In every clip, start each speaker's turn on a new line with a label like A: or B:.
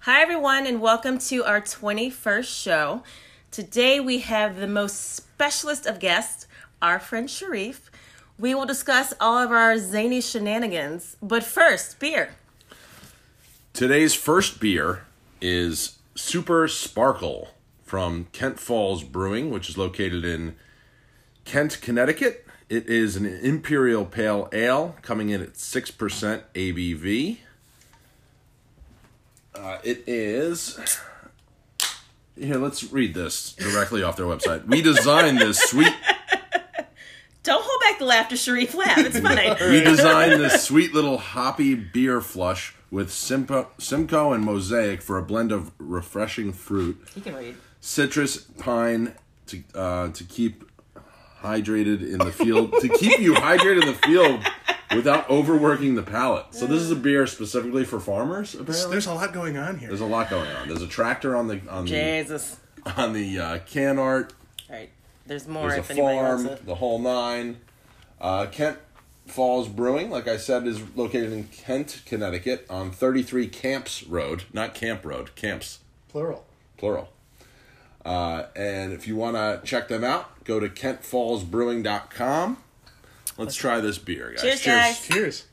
A: Hi, everyone, and welcome to our 21st show. Today, we have the most specialist of guests, our friend Sharif. We will discuss all of our zany shenanigans, but first, beer.
B: Today's first beer is Super Sparkle from Kent Falls Brewing, which is located in Kent, Connecticut. It is an imperial pale ale coming in at 6% ABV. Uh, it is. Here, let's read this directly off their website. We designed this sweet
A: Don't hold back the laughter, Sharif. Laugh, it's fine.
B: We designed this sweet little hoppy beer flush with Simpo, Simcoe and Mosaic for a blend of refreshing fruit,
A: you can read.
B: citrus, pine to uh, to keep hydrated in the field to keep you hydrated in the field without overworking the palate. So this is a beer specifically for farmers. Apparently,
C: There's a lot going on here.
B: there's a lot going on. There's a tractor on the on the
A: Jesus.
B: on the uh, can art.
A: All right, there's more
B: There's
A: if
B: a
A: anybody
B: farm,
A: wants it.
B: the whole nine. Uh, Kent Falls Brewing, like I said, is located in Kent, Connecticut, on 33 Camps Road, not Camp Road, Camps,
C: Plural.
B: plural. Uh, and if you want to check them out, go to kentfallsbrewing.com. Let's try this beer, guys.
A: Cheers, guys.
C: Cheers.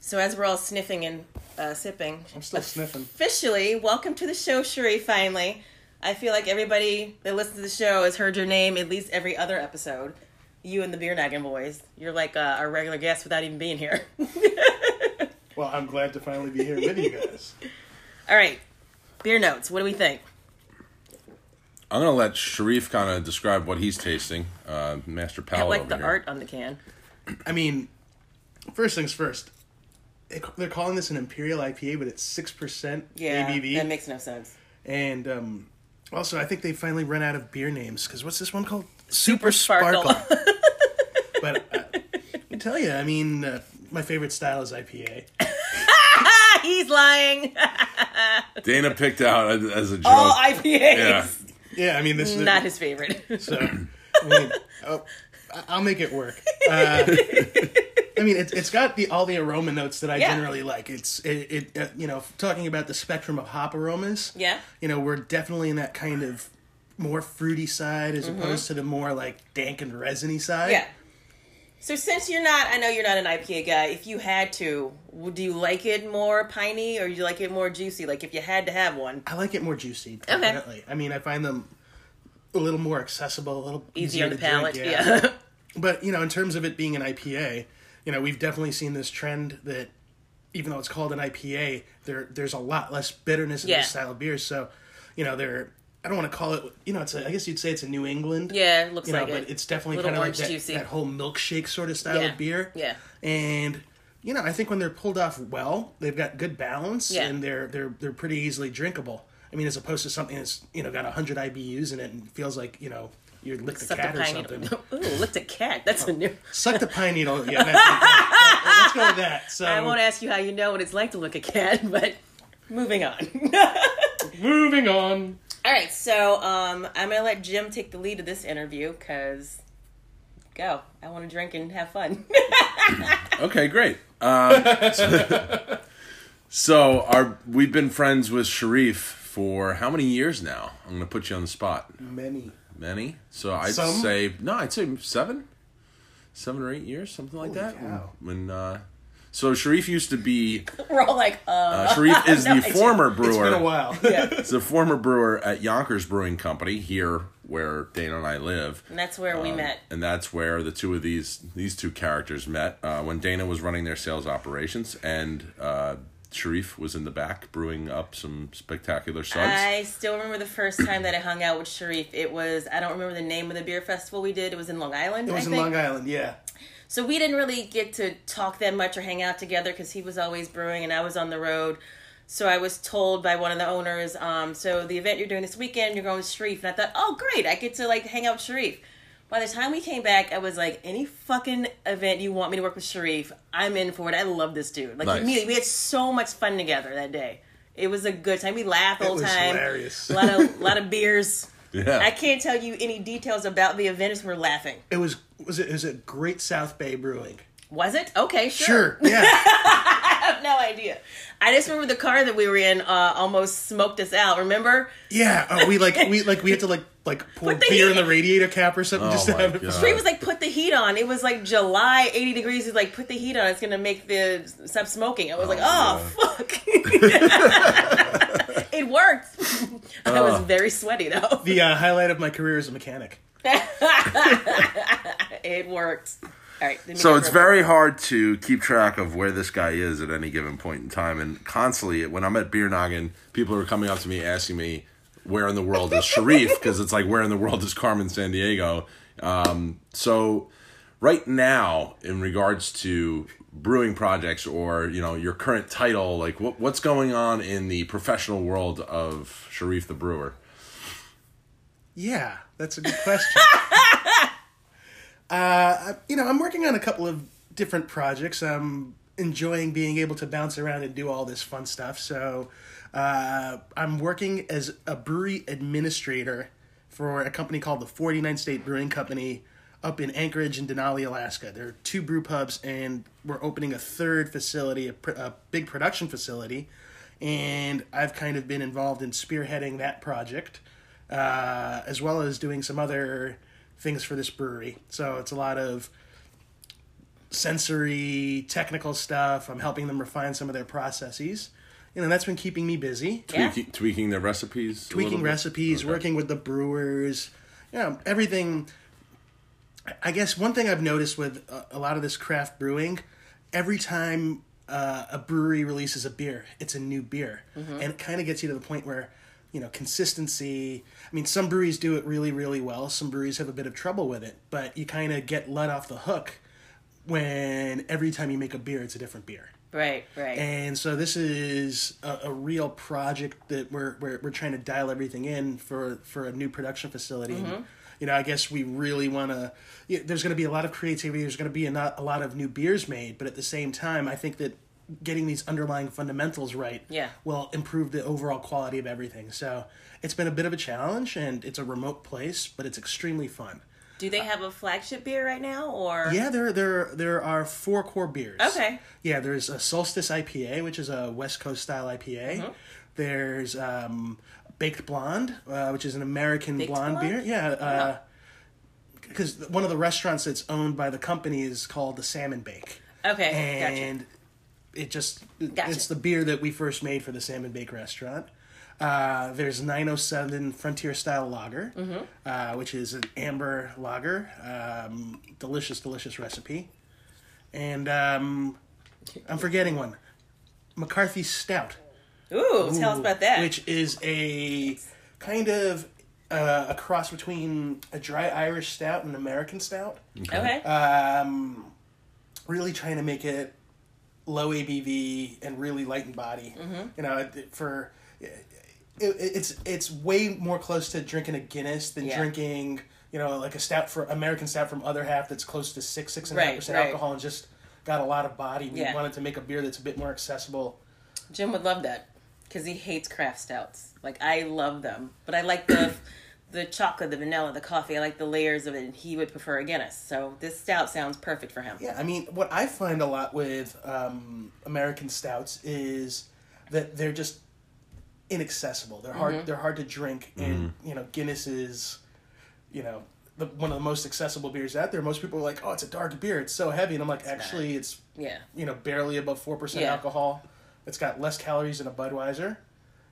A: So, as we're all sniffing and uh, sipping,
C: I'm still sniffing.
A: officially welcome to the show sharif finally i feel like everybody that listens to the show has heard your name at least every other episode you and the beer nagging boys you're like uh, our regular guest without even being here
C: Well, I'm glad to finally be here with you guys.
A: all right beer notes what do we think
B: I'm going to let Sharif kind of describe what he's tasting. Uh, Master
A: i
B: Powell
A: like
B: over
A: the
B: here.
A: art on the can
C: I mean, first things first. they ca- They're calling this an imperial IPA, but it's six percent
A: yeah
C: ABV.
A: that makes no sense
C: and um, also, I think they finally run out of beer names because what's this one called?
A: Super Sparkle.
C: but uh, I tell you, I mean, uh, my favorite style is IPA.
A: ah, he's lying
B: Dana picked out as- as a joke.
A: all ipas
B: yeah.
C: Yeah, I mean, this is
A: not his favorite
C: So, I mean, oh, I- I'll make it work. Uh, I mean, it, it's got the all the aroma notes that I
A: Yeah.
C: generally like. It's it, it uh, you know talking about the spectrum of hop aromas.
A: Yeah.
C: you know we're definitely in that kind of more fruity side as opposed to the more like dank and resiny
A: Mm-hmm.
C: side.
A: yeah so since you're not i know you're not an ipa guy if you had to would you like it more piney or do you like it more juicy like if you had to have one
C: I like it more juicy. Definitely. I mean, I find them a little more accessible, a little
A: easier on the
C: to drink,
A: palate. yeah.
C: But you know, in terms of it being an IPA, you know, we've definitely seen this trend that even though it's called an IPA, there there's a lot less bitterness in
A: Yeah.
C: this style of beer. So, you know, they're I don't want to call it. You know, it's a, I guess you'd say it's a New England.
A: Yeah, it looks
C: You know,
A: like
C: but
A: it.
C: it's definitely
A: Little
C: kind of like
A: orange
C: that,
A: juicy.
C: that whole milkshake sort of style
A: Yeah.
C: of beer.
A: Yeah.
C: And you know, I think when they're pulled off well, they've got good balance
A: Yeah.
C: and they're they're they're pretty easily drinkable. I mean, as opposed to something that's you know got hundred IBUs in it and feels like you know you licked a
A: Suck the
C: cat or
A: pine
C: something. Oh.
A: needle. Ooh, licked a cat. That's a new.
C: Suck the pine needle. Yeah, that, that- let's go with that. So
A: I won't ask you how you know what it's like to look a cat, but moving on.
C: moving on.
A: All right, so um, I'm gonna let Jim take the lead of this interview because go. I want to drink and have fun.
B: Okay, great. Um, so, our we've been friends with Sharif for how many years now? I'm going to put you on the spot.
C: Many.
B: Many. So I'd
C: Some?
B: say no. I'd say seven, seven or eight years, something like that.
C: cow.
B: When uh, so Sharif used to be
A: We're all like, uh,
B: uh, Sharif is
A: No
B: the
A: idea.
B: former brewer.
C: It's been a while.
A: yeah.
B: Is the former brewer at Yonkers Brewing Company here, where Dana and I live.
A: And that's where we
B: Um,
A: met.
B: and that's where the two of these these two characters met uh, when Dana was running their sales operations, and uh, Sharif was in the back brewing up some spectacular suds.
A: I still remember the first time that I hung out with Sharif. It was I don't remember the name of the beer festival we did. It was in Long Island.
C: It
A: I
C: was in
A: think.
C: Long Island. Yeah.
A: So we didn't really get to talk that much or hang out together because he was always brewing and I was on the road. So I was told by one of the owners, um, so the event you're doing this weekend, you're going to Sharif. And I thought, oh, great, I get to like hang out with Sharif. By the time we came back, I was like, any fucking event you want me to work with Sharif, I'm in for it. I love this dude. Like,
B: Nice.
A: immediately, we had so much fun together that day. It was a good time. We laughed the
C: It
A: whole
C: was
A: time.
C: hilarious.
A: A lot of, lot of beers.
B: Yeah.
A: I can't tell you any details about the event as we're laughing.
C: It was was it is it Great South Bay Brewing?
A: Was it? Okay,
C: Sure. Yeah.
A: I have no idea. I just remember the car that we were in uh, almost smoked us out. Remember?
C: yeah. Oh, we like we like we had to like like pour
A: Put the
C: beer in
A: heat-
C: the radiator cap or something
B: Oh
C: just to
B: my
C: have it.
B: God.
A: Tree was like, put the heat on. It was like July, 80 degrees. He's like, put the heat on. It's going to make the stop smoking. I was like, oh, fuck. it worked. I was very sweaty, though.
C: The uh, highlight of my career as a mechanic.
A: It worked. All right. let me
B: So
A: go
B: it's
A: for it.
B: very hard to keep track of where this guy is at any given point in time. And constantly, when I'm at Beer Noggin, people are coming up to me asking me, where in the world is Sharif? Because it's like, where in the world is Carmen San Diego? Um, so right now, in regards to brewing projects or, you know, your current title, like what, what's going on in the professional world of Sharif the Brewer?
C: Yeah, that's a good question. uh, you know, I'm working on a couple of different projects. I'm enjoying being able to bounce around and do all this fun stuff. So, uh, I'm working as a brewery administrator for a company called the 49 State Brewing Company up in Anchorage and Denali, Alaska. There are two brew pubs, and we're opening a third facility, a, pr- a big production facility. And I've kind of been involved in spearheading that project uh, as well as doing some other things for this brewery. So it's a lot of sensory, technical stuff. I'm helping them refine some of their processes. You know, that's been keeping me busy.
A: Yeah.
B: Tweaking, tweaking their recipes? a little
C: Tweaking
B: bit?
C: recipes, working with the brewers, you know, everything. I guess one thing I've noticed with a, a lot of this craft brewing, every time uh, a brewery releases a beer, it's a new beer, and it kind of gets you to the point where, you know, consistency. I mean, some breweries do it really, really well. Some breweries have a bit of trouble with it, but you kind of get let off the hook when every time you make a beer, it's a different beer.
A: Right, right.
C: And so this is a, a real project that we're, we're we're trying to dial everything in for for a new production facility.
A: Mm-hmm.
C: And, you know, I guess we really want to. You there's going to be a lot of creativity. There's going to be a, not, a lot of new beers made, but at the same time, I think that getting these underlying fundamentals right
A: Yeah.
C: will improve the overall quality of everything. So it's been a bit of a challenge, and it's a remote place, but it's extremely fun.
A: Do they have a flagship beer right now? Or
C: Yeah, there there there are four core beers.
A: Okay.
C: Yeah, there's a Solstice IPA, which is a West Coast style IPA.
A: Mm-hmm.
C: There's um, Baked Blonde, uh, which is an American
A: Baked
C: blonde,
A: Blonde?
C: beer. Yeah. Because one of the restaurants that's owned by the company is called the Salmon Bake,
A: Okay, gotcha.
C: and it just
A: Gotcha.
C: it's the beer that we first made for the Salmon Bake restaurant. Uh, there's 907 Frontier Style Lager,
A: Mm-hmm.
C: uh, which is an amber lager. Um, delicious, delicious recipe. And um, I'm forgetting one McCarthy Stout,
A: Ooh, tell us about that.
C: which is a kind of uh, a cross between a dry Irish stout and an American stout
A: okay.
C: really trying to make it low ABV and really light in body.
A: Mm-hmm.
C: You know, it- it- for it, it's it's way more close to drinking a Guinness than
A: Yeah.
C: drinking you know like a stout for American stout from other half that's close to six six and a half
A: Right,
C: percent
A: right.
C: alcohol and just got a lot of body. We
A: Yeah.
C: wanted to make a beer that's a bit more accessible.
A: Jim would love that because he hates craft stouts. Like I love them, but I like the the chocolate, the vanilla, the coffee. I like the layers of it. And he would prefer a Guinness, so this stout sounds perfect for him.
C: Yeah, I mean, what I find a lot with um, American stouts is that they're just inaccessible. They're hard. They're hard to drink, and you know, Guinness is, you know, the, one of the most accessible beers out there. Most people are like, "Oh, it's a dark beer. It's so heavy," and I'm like, "Actually, it's
A: Yeah.
C: you know barely above four percent
A: Yeah.
C: alcohol. It's got less calories than a Budweiser,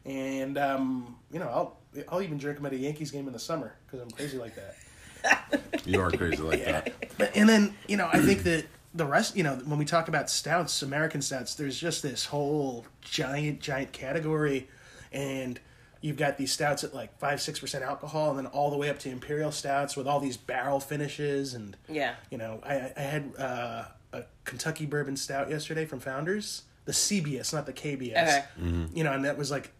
C: and um, you know, I'll I'll even drink them at a Yankees game in the summer because I'm crazy like that."
B: You are crazy like that.
C: But, and then you know, I think that the rest, you know, when we talk about stouts, American stouts, there's just this whole giant, giant category, and you've got these stouts at like five, six percent alcohol, and then all the way up to imperial stouts with all these barrel finishes, and
A: Yeah.
C: you know, I, I had uh, a Kentucky bourbon stout yesterday from Founders, the CBS, not the KBS,
A: Okay.
C: you know, and that was like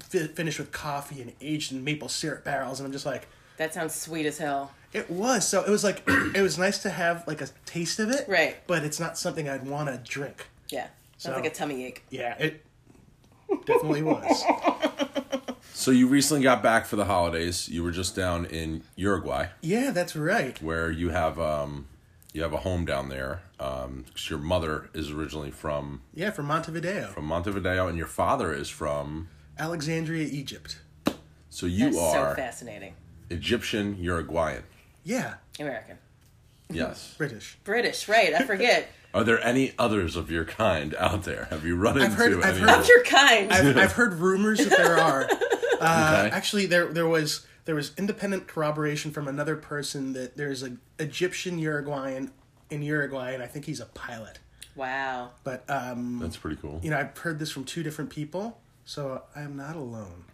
C: fi- finished with coffee and aged in maple syrup barrels, and I'm just like.
A: That sounds sweet as hell.
C: It was so. It was like it was nice to have like a taste of it,
A: Right.
C: But it's not something I'd want to drink.
A: Yeah, sounds
C: So-
A: like a tummy ache.
C: Yeah, it definitely was.
B: So you recently got back for the holidays. You were just down in Uruguay,
C: Yeah, that's right.
B: where you have um, you have a home down there. Um, 'cause your mother is originally from
C: Yeah, from Montevideo,
B: from Montevideo, and your father is from.
C: Alexandria, Egypt.
B: So you
A: That's so
B: are
A: fascinating.
B: Egyptian Uruguayan.
C: Yeah,
A: American. Mm-hmm.
B: Yes.
C: British.
A: British, right? I forget.
B: Are there any others of your kind out there? Have you run into
C: heard-
B: any?
C: I've
B: of
C: heard-
B: them?
A: of your kind.
C: I've, I've heard rumors that there are. Uh,
B: Okay.
C: Actually, there there was there was independent corroboration from another person that there's a Egyptian Uruguayan in Uruguay, and I think he's a pilot.
A: wow.
C: But um,
B: That's pretty cool.
C: you know, I've heard this from two different people, so I am not alone.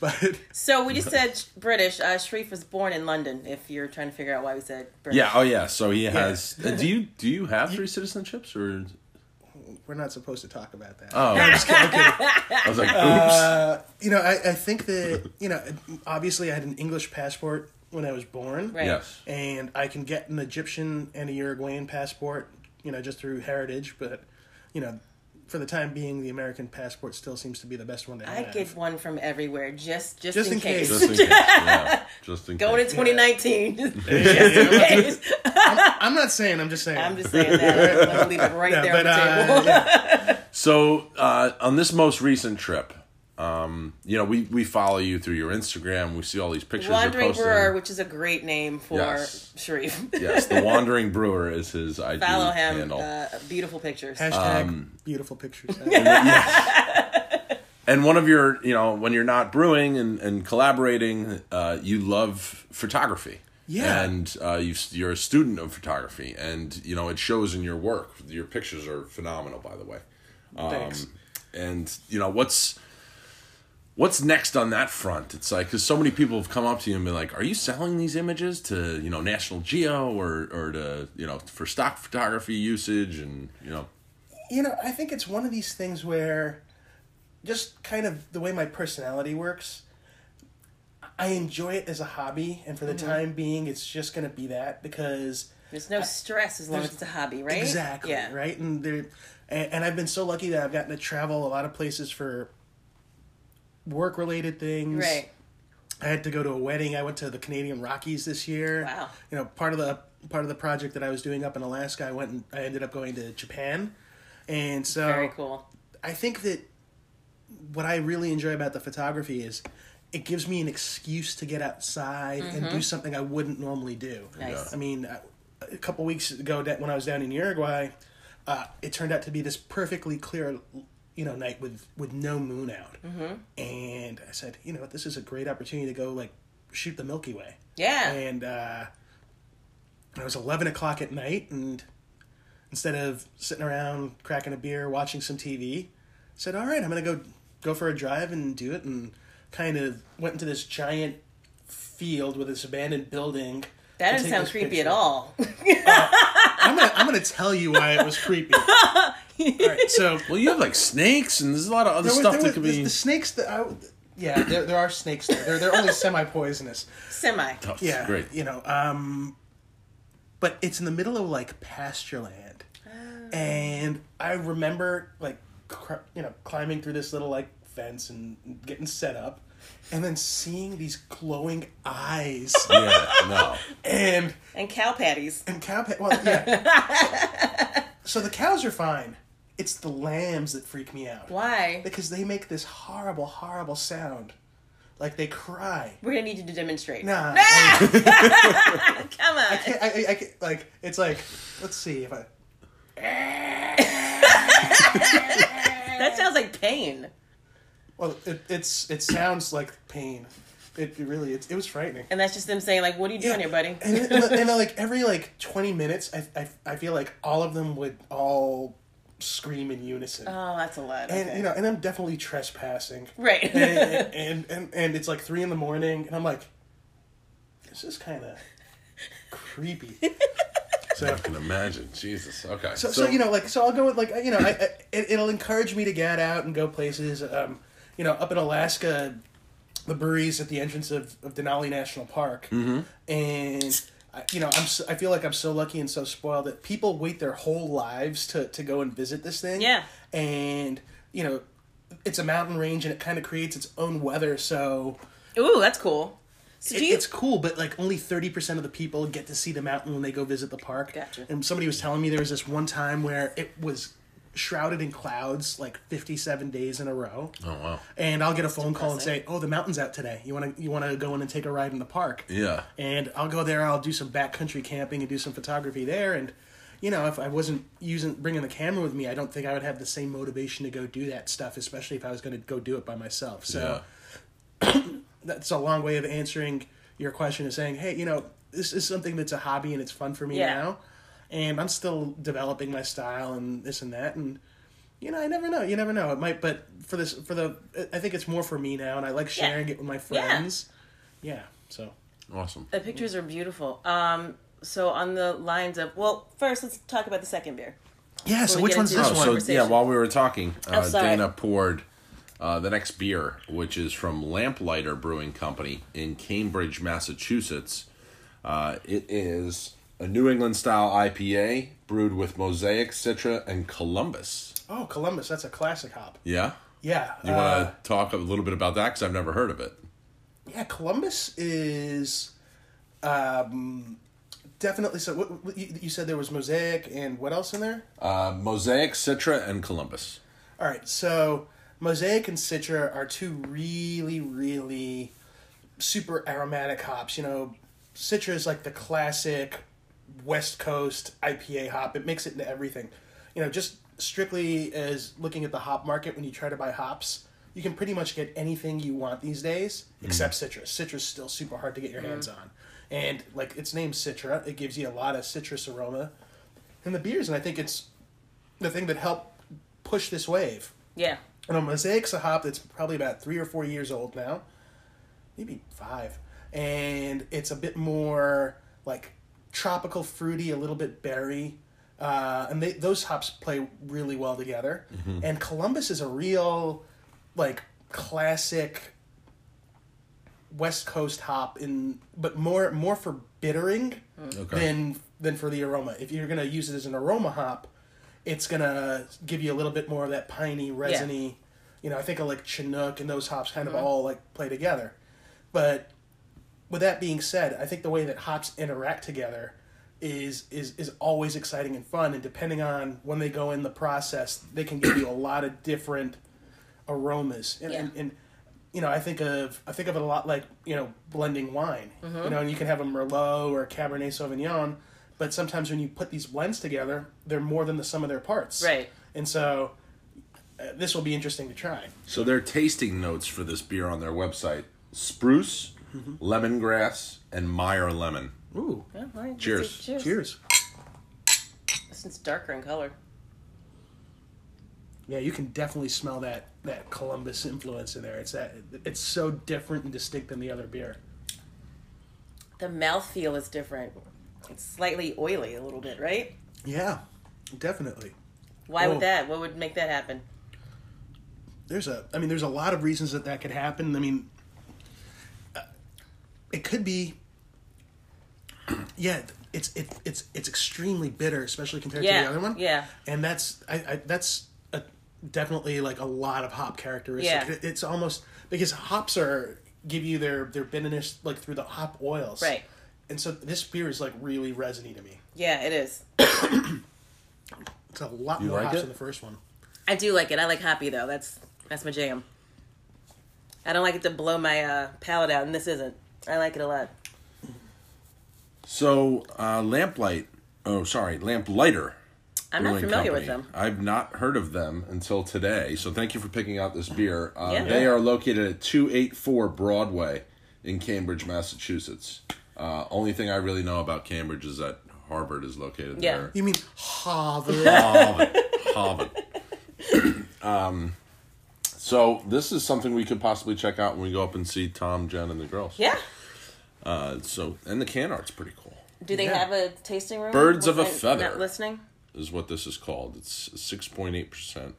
C: But
A: So we just said sh- British. Uh, Sharif was born in London. If you're trying to figure out why we said British.
B: Yeah. Oh, yeah. So he has. uh, do you do you have three citizenships or?
C: we're not supposed to talk about that.
B: Oh, I was, I was like, oops.
C: Uh, You know, I, I think that you know, obviously, I had an English passport when I was born,
A: Right.
B: yes.
C: and I can get an Egyptian and a Uruguayan passport, you know, just through heritage. But you know, for the time being, the American passport still seems to be the best one to
A: I
C: have.
A: get one from everywhere just just,
C: Just
A: in,
C: in
A: case.
C: case.
B: Just in case. Yeah. Just in
A: Going in
B: case.
A: 2019. just in case.
C: I'm not saying. I'm just saying.
A: I'm just saying that. I'm gonna leave it right
C: Yeah,
A: there
C: but,
A: on the
C: uh,
A: table.
C: yeah.
B: So uh, on this most recent trip, um, you know, we we follow you through your Instagram. We see all these pictures. you're
A: Wandering
B: posting.
A: Brewer, which is a great name for
B: Yes.
A: Sharif.
B: Yes, the Wandering Brewer is his IG
A: Follow him.
B: handle.
A: Uh, beautiful pictures.
C: Hashtag beautiful pictures.
B: and one of your, you know, when you're not brewing and, and collaborating, uh, you love photography.
C: Yeah.
B: And uh, you, you're a student of photography, and, you know, it shows in your work. Your pictures are phenomenal, by the way.
C: Thanks.
B: Um, And, you know, what's. What's next on that front? It's like because so many people have come up to you and been like, "Are you selling these images to you know National Geo or or to you know for stock photography usage?" And you know,
C: you know, I think it's one of these things where just kind of the way my personality works, I enjoy it as a hobby, and for
A: Mm-hmm.
C: the time being, it's just going to be that because
A: There's no stress as long as it's
C: there's-
A: a hobby, right?
C: exactly
A: Yeah.
C: right, and there, and, and I've been so lucky that I've gotten to travel a lot of places for work related things.
A: Right.
C: I had to go to a wedding. I went to the Canadian Rockies this year.
A: Wow.
C: You know, part of the part of the project that I was doing up in Alaska, I went and I ended up going to Japan, and so
A: Very cool.
C: I think that what I really enjoy about the photography is it gives me an excuse to get outside and do something I wouldn't normally do.
A: Nice.
C: I mean, uh, a couple weeks ago da- when I was down in Uruguay, uh, it turned out to be this perfectly clear, you know, night with with no moon out, and I said, you know, what, this is a great opportunity to go like shoot the Milky Way.
A: Yeah.
C: And uh, it was 11 o'clock at night, and instead of sitting around cracking a beer, watching some TV, I said, all right, I'm going to go go for a drive and do it. And kind of went into this giant field with this abandoned building.
A: That
C: to
A: doesn't
C: take
A: sound
C: this
A: creepy at
C: picture.
A: all.
C: I'm going to I'm gonna tell you why it was creepy. all right, so
B: well, you have like snakes and there's a lot of other
C: there was-
B: stuff
C: there
B: that
C: was-
B: could
C: the,
B: be
C: the snakes that I. Yeah, there, there are snakes there. They're, they're only semi poisonous.
A: Semi.
C: Yeah,
B: Oh, great.
C: You know, um, but it's in the middle of like pasture land, and I remember like cr- you know climbing through this little like fence and getting set up, and then seeing these glowing eyes
B: Yeah, no.
C: and
A: And cow patties.
C: and cow. Pa- well, yeah. so the cows are fine. It's the lambs that freak me out
A: Why?
C: because they make this horrible, horrible sound, like they cry.
A: We're gonna need you to demonstrate.
C: Nah.
A: Come on.
C: I, I, I can't- like it's like let's see if I
A: That sounds like pain.
C: well it, it's it sounds like pain. It, it really it, it was frightening.
A: And that's just them saying, like, what are you doing here, buddy?
C: And, then- and, then- and then, like every like twenty minutes, I, I I feel like all of them would all scream in unison.
A: Oh, that's a lot.
C: and
A: okay.
C: you know, and I'm definitely trespassing.
A: right.
C: And, and and and it's like three in the morning, and I'm like, this is kind of creepy. So.
B: I can imagine. Jesus. Okay.
C: So, so, you know, like, so I'll go with like, you know, I, I, it, it'll encourage me to get out and go places. Um, you know, up in Alaska, the brewery's at the entrance of, of Denali National Park, and I, you know, I'm so, I feel like I'm so lucky and so spoiled that people wait their whole lives to to go and visit this thing.
A: Yeah.
C: and you know, it's a mountain range and it kind of creates its own weather. So
A: Ooh, that's cool. So
C: it-
A: do you?
C: it's cool, but like only thirty percent of the people get to see the mountain when they go visit the park.
A: Gotcha.
C: And somebody was telling me there was this one time where it was shrouded in clouds like fifty-seven days in a row.
B: Oh wow.
C: And I'll get a phone call and say,
A: depressing.
C: "Oh, the mountain's out today. You want to you want to go in and take a ride in the park?"
B: Yeah.
C: and I'll go there. I'll do some backcountry camping and do some photography there. And you know, if I wasn't using bringing the camera with me, I don't think I would have the same motivation to go do that stuff, especially if I was going to go do it by myself. So
B: Yeah.
C: that's a long way of answering your question of saying, hey, you know, this is something that's a hobby and it's fun for me
A: Yeah.
C: now, and I'm still developing my style and this and that and. You know, I never know. You never know. It might, but for this, for the, I think it's more for me now, and I like sharing it with my friends. yeah so
B: Awesome.
A: The pictures are beautiful. Um, so on the lines of well, first let's talk about the second beer.
C: Yeah, so
A: we
C: which
A: get
C: one's
A: into
C: this
A: the
B: Oh,
C: one?
B: so yeah,
A: conversation. Oh,
B: while we were talking, uh,
A: sorry.
B: Dana poured uh, the next beer, which is from Lamplighter Brewing Company in Cambridge, Massachusetts. Uh, it is a New England style IPA brewed with Mosaic, Citra, and Columbus.
C: Oh, Columbus, that's a classic hop.
B: Yeah,
C: Yeah.
B: you
C: uh,
B: want to talk a little bit about that because I've never heard of it.
C: yeah, Columbus is um, definitely so. What, what, you, you said there was mosaic and what else in there?
B: Uh, Mosaic, Citra, and Columbus.
C: All right, so Mosaic and Citra are two really, really super aromatic hops. You know, Citra is like the classic West Coast IPA hop. It makes it into everything. You know, just strictly as looking at the hop market when you try to buy hops, you can pretty much get anything you want these days except Citra. Citra's still super hard to get your hands on. And like its name's Citra, it gives you a lot of citrus aroma in the beers, and I think it's the thing that helped push this wave.
A: Yeah,
C: And a mosaic's a hop that's probably about three or four years old now, maybe five, and it's a bit more like tropical, fruity, a little bit berry, uh, and they, those hops play really well together. And Columbus is a real like classic West Coast hop in, but more more for bittering
B: Okay.
C: than than for the aroma. If you're gonna use it as an aroma hop, it's gonna give you a little bit more of that piney, resiny. You know, I think of like Chinook and those hops kind of all like play together. But with that being said, I think the way that hops interact together is is is always exciting and fun. And depending on when they go in the process, they can give you a lot of different aromas. And, and,
A: Yeah.
C: and you know, I think of I think of it a lot like you know blending wine.
A: Mm-hmm.
C: You know, and you can have a merlot or a cabernet sauvignon, but sometimes when you put these blends together, they're more than the sum of their parts.
A: Right.
C: And so, uh, this will be interesting to try.
B: So their tasting notes for this beer on their website: spruce, lemongrass, and Meyer lemon.
C: Ooh!
A: All right, let's
B: Cheers.
A: do- Cheers.
C: Cheers.
A: This one's darker in color.
C: Yeah, you can definitely smell that that Columbus influence in there. It's that it's so different and distinct than the other beer.
A: The mouthfeel is different. It's slightly oily a little bit, right?
C: Yeah, definitely.
A: Why
C: Oh.
A: would that? What would make that happen?
C: There's a I mean there's a lot of reasons that that could happen. I mean uh, it could be yeah, it's it, it's it's extremely bitter, especially compared
A: Yeah,
C: to the other one.
A: yeah.
C: And that's I, I that's a, definitely like a lot of hop characteristics.
A: Yeah.
C: It- it's almost because hops are give you their their bitterness like through the hop oils.
A: Right.
C: And so this beer is like really resiny to me.
A: Yeah, it is.
C: It's a lot
B: You
C: more
B: like
C: hops
B: it?
C: than the first one.
A: I do like it. I like hoppy though. That's that's my jam. I don't like it to blow my uh, palate out, and this isn't. I like it a lot.
B: So uh, lamplight. Oh, sorry, lamplighter.
A: I'm not
B: Brewing
A: familiar with
B: Company.
A: them.
B: I've not heard of them until today. So thank you for picking out this beer. Uh,
A: Yeah.
B: They are located at two eight four Broadway in Cambridge, Massachusetts. Uh, only thing I really know about Cambridge is that Harvard is located
A: Yeah.
B: there.
C: You mean Harvard?
B: Harvard. Harvard. um, so this is something we could possibly check out when we go up and see Tom, Jen, and the girls.
A: Yeah.
B: Uh, so and the can art's pretty cool.
A: Do they
C: Yeah.
A: have a tasting room?
B: Birds of a
A: I'm
B: feather.
A: Not listening.
B: Is what this is called. It's six point eight percent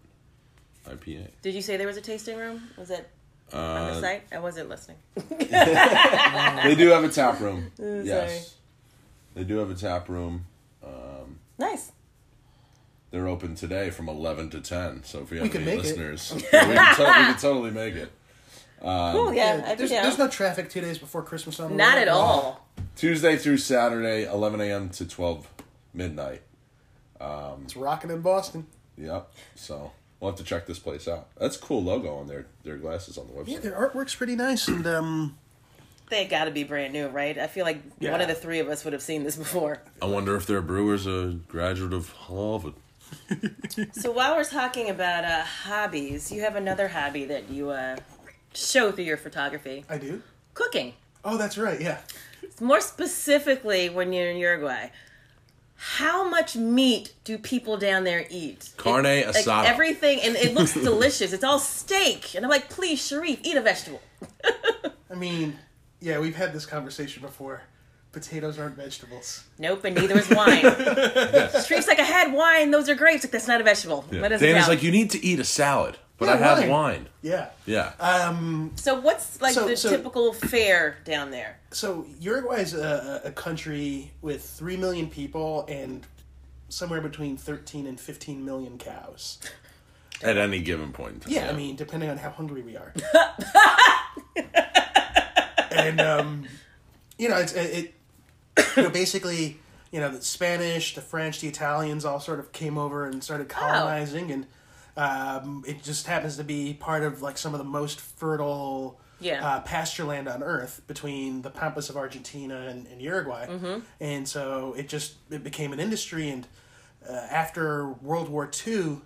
B: IPA.
A: Did you say there was a tasting room? Was it on
B: Uh,
A: the site? I wasn't listening.
B: They do have a tap room. yes, they do have a tap room.
A: Nice.
B: They're open today from 11 to 10. So if we have
C: can
B: any
C: make it.
B: listeners, we, can to- we can totally make it. um,
A: cool, yeah. I
C: there's,
A: yeah.
C: there's no traffic two days before Christmas. On
A: Not at
C: Route One.
A: all.
B: Tuesday through Saturday, 11 a.m. to 12 midnight.
C: It's rocking in Boston.
B: Yep. So we'll have to check this place out. That's a cool logo on their their glasses on the
C: Yeah,
B: website.
C: their artwork's pretty nice, and um,
A: They got to be brand new, right? I feel like one
C: Yeah.
A: of the three of us would have seen this before.
B: I wonder if their brewer's a graduate of Harvard.
A: So while we're talking about uh, hobbies, you have another hobby that you uh, show through your photography:
C: I do.
A: cooking.
C: Oh, that's right. Yeah,
A: More specifically, when you're in Uruguay, how much meat do people down there eat?
B: Carne
A: Like
B: asada.
A: everything, and it looks delicious. It's all steak, and I'm like, please, Sharif, eat a vegetable.
C: I mean, yeah, we've had this conversation before. Potatoes aren't vegetables.
A: Nope, and neither is wine. Sharif's like, I had wine; those are grapes. Like that's not a vegetable. That doesn't
B: Dana's
A: count.
B: like, you need to eat a salad, but
C: Yeah,
B: I have
C: wine.
B: wine. Uh,
C: Yeah.
B: Yeah.
A: So what's like
C: So-
A: the
C: so-
A: typical fare down there?
C: So Uruguay is a, a country with three million people and somewhere between thirteen and fifteen million cows.
B: At any given point. in time,
C: Yeah, I mean, depending on how hungry we are. and um, you know, it's it. it you know, basically, you know, the Spanish, the French, the Italians all sort of came over and started colonizing, and um, it just happens to be part of like some of the most fertile.
A: Yeah.
C: Uh, pasture land on earth between the pampas of Argentina and, and Uruguay, and so it just it became an industry. And uh, after World War II,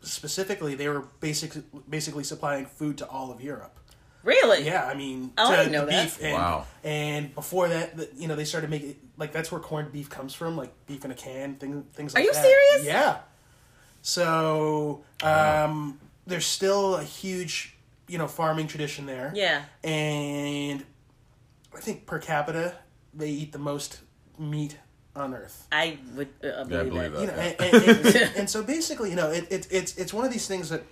C: specifically, they were basic, basically supplying food to all of Europe.
A: Really?
C: Yeah, I mean,
A: Oh, I
C: to
A: didn't know
C: the
A: that.
C: beef and,
B: Wow.
C: And before that, the- you know, they started making like that's where corned beef comes from, like beef in a can, things things. Like
A: you
C: that.
A: serious?
C: Yeah. So um, there's still a huge, you know, farming tradition there.
A: Yeah.
C: And I think per capita, they eat the most meat on Earth.
A: I would uh, believe,
B: Yeah, I
A: that.
B: believe that.
C: you know, and, and, and, and so basically, you know, it, it, it's it's one of these things that,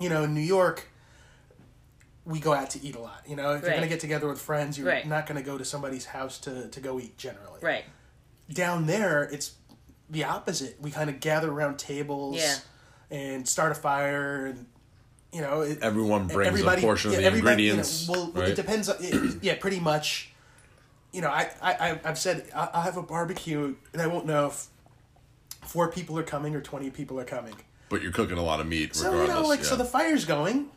C: you know, in New York, we go out to eat a lot. You know, if you're
A: Right.
C: going to get together with friends, you're
A: Right.
C: not going to go to somebody's house to, to go eat generally.
A: Right.
C: Down there, it's the opposite. We kind of gather around tables
A: Yeah.
C: and start a fire and, you know, it,
B: Everyone brings
C: everybody-
B: a portion
C: yeah,
B: of the
C: everybody, you know,
B: ingredients.
C: well, well, it
B: right?
C: depends on it, yeah, pretty much. You know, I, I I- I've said I- I'll have a barbecue, and I won't know if four people are coming or twenty people are coming.
B: But you're cooking a lot of meat,
C: So you
B: regardless.
C: know, like,
B: yeah.
C: so the fire's going,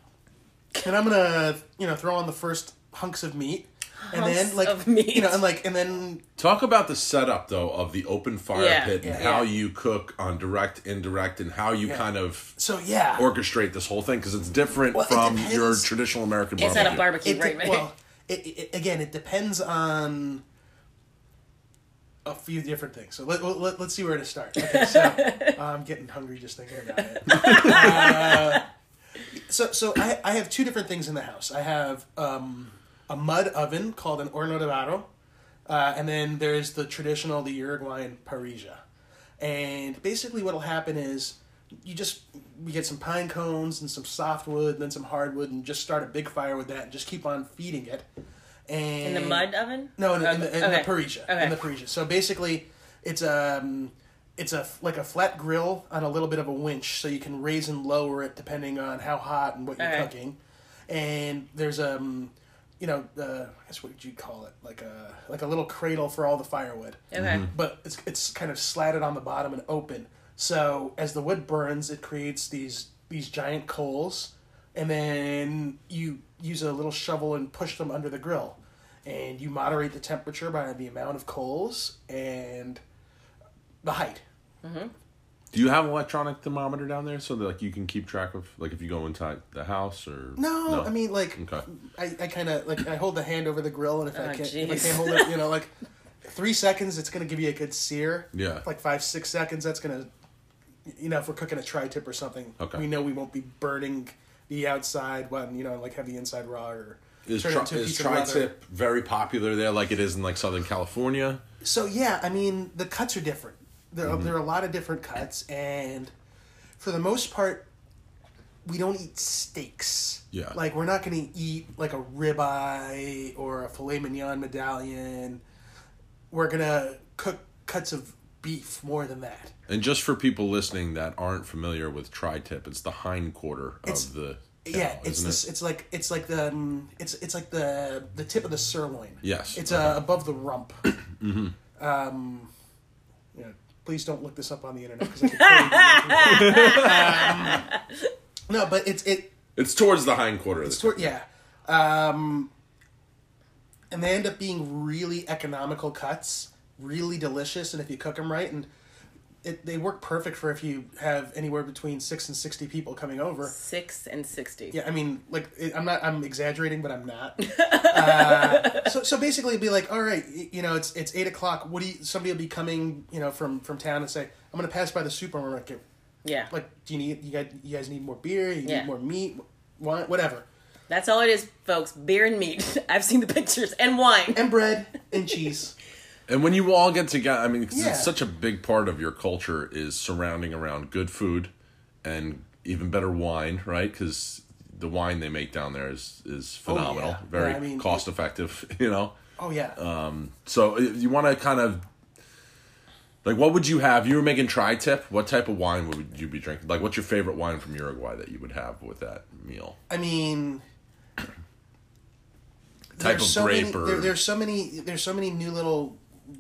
C: and I'm gonna you know throw on the first hunks of meat, and
A: Hunks
C: then like
A: of meat.
C: you know, and like and then
B: Talk about the setup though of the open fire
A: Yeah,
B: pit and
A: yeah.
B: how
A: yeah.
B: you cook on direct, indirect, and how you kind of
C: so yeah,
B: orchestrate this whole thing because it's different
C: Well, it
B: from your
C: depends.
B: traditional American
A: It's
B: barbecue.
A: not a barbecue,
C: it de-
A: right? right.
C: well, it, it, again, it depends on a few different things. So let, let, us see where to start. Okay, so I'm getting hungry just thinking about it. Uh, so so I, I have two different things in the house. I have um, a mud oven called an horno de barro, uh, and then there's the traditional, the Uruguayan parrilla. And basically, what'll happen is you just we get some pine cones and some softwood, and then some hardwood, and just start a big fire with that, and just keep on feeding it.
A: in
C: And
A: the mud oven?
C: No, in, the in, the, in
A: Okay.
C: the parrilla.
A: Okay.
C: In the parrilla. So basically, it's um, it's a like a flat grill on a little bit of a winch, so you can raise and lower it depending on how hot and what you're
A: Alright.
C: cooking. And there's um, you know, uh, I guess what would you call it? Like a like a little cradle for all the firewood
A: Okay.
C: but it's it's kind of slatted on the bottom and open. So as the wood burns, it creates these these giant coals, and then you use a little shovel and push them under the grill, and you moderate the temperature by the amount of coals and the height.
B: Do you have an electronic thermometer down there so that like you can keep track of like if you go inside the house or
C: No, I mean like
B: Okay.
C: I, I kind of like I hold the hand over the grill, and if
A: Oh,
C: I can't if I
A: jeez.
C: can't hold it, you know, like three seconds, it's gonna give you a good sear.
B: Yeah.
C: like five six seconds, that's gonna, you know, if we're cooking a tri tip or something,
B: Okay.
C: we know we won't be burning the outside when you know like have the inside raw or
B: is
C: turn it
B: tri-
C: into a
B: is
C: piece of leather.
B: tri-tip very popular there like it is in like Southern California?
C: So yeah, I mean the cuts are different. There are, there are a lot of different cuts, and for the most part, we don't eat steaks.
B: Yeah.
C: like we're not going to eat like a ribeye or a filet mignon medallion. We're gonna cook cuts of beef more than that.
B: And just for people listening that aren't familiar with tri-tip, it's the hind quarter of
C: It's-
B: the cow,
C: Yeah, it's
B: isn't
C: this.
B: it?
C: It's like it's like the um, it's it's like the the tip of the sirloin.
B: Yes,
C: it's uh, above the rump. mm-hmm. Um, yeah, please don't look this up on the internet. 'cause I could totally be wrong. um, no, but it's it.
B: It's towards the hind quarter. Of the
C: It's toward, yeah, um, and they end up being really economical cuts, really delicious, and if you cook them right, and it, they work perfect for if you have anywhere between six and sixty people coming over.
A: Six and sixty.
C: Yeah, I mean, like it- I'm not, I'm exaggerating, but I'm not. uh, so, so basically, it'd be like, all right, y- you know, it's it's eight o'clock. What do you? Somebody will be coming, you know, from from town and say, I'm gonna pass by the supermarket.
A: Yeah.
C: Like, do you need you guys you guys need more beer? You
A: Yeah.
C: need more meat? What? Whatever.
A: That's all it is, folks. Beer and meat. I've seen the pictures and wine.
C: And bread and cheese.
B: And when you all get together, I mean, 'cause
C: Yeah.
B: it's such a big part of your culture is surrounding around good food and even better wine, right? Because the wine they make down there is is phenomenal,
C: Oh, yeah.
B: very
C: Yeah, I mean-
B: cost effective, you know.
C: Oh yeah.
B: Uh, So i- you want to kind of like what would you have? You were making tri-tip. What type of wine would you be drinking? Like, what's your favorite wine from Uruguay that you would have with that meal?
C: I mean,
B: Type of
C: so
B: grape
C: many,
B: or-
C: there, there's so many there's so many new little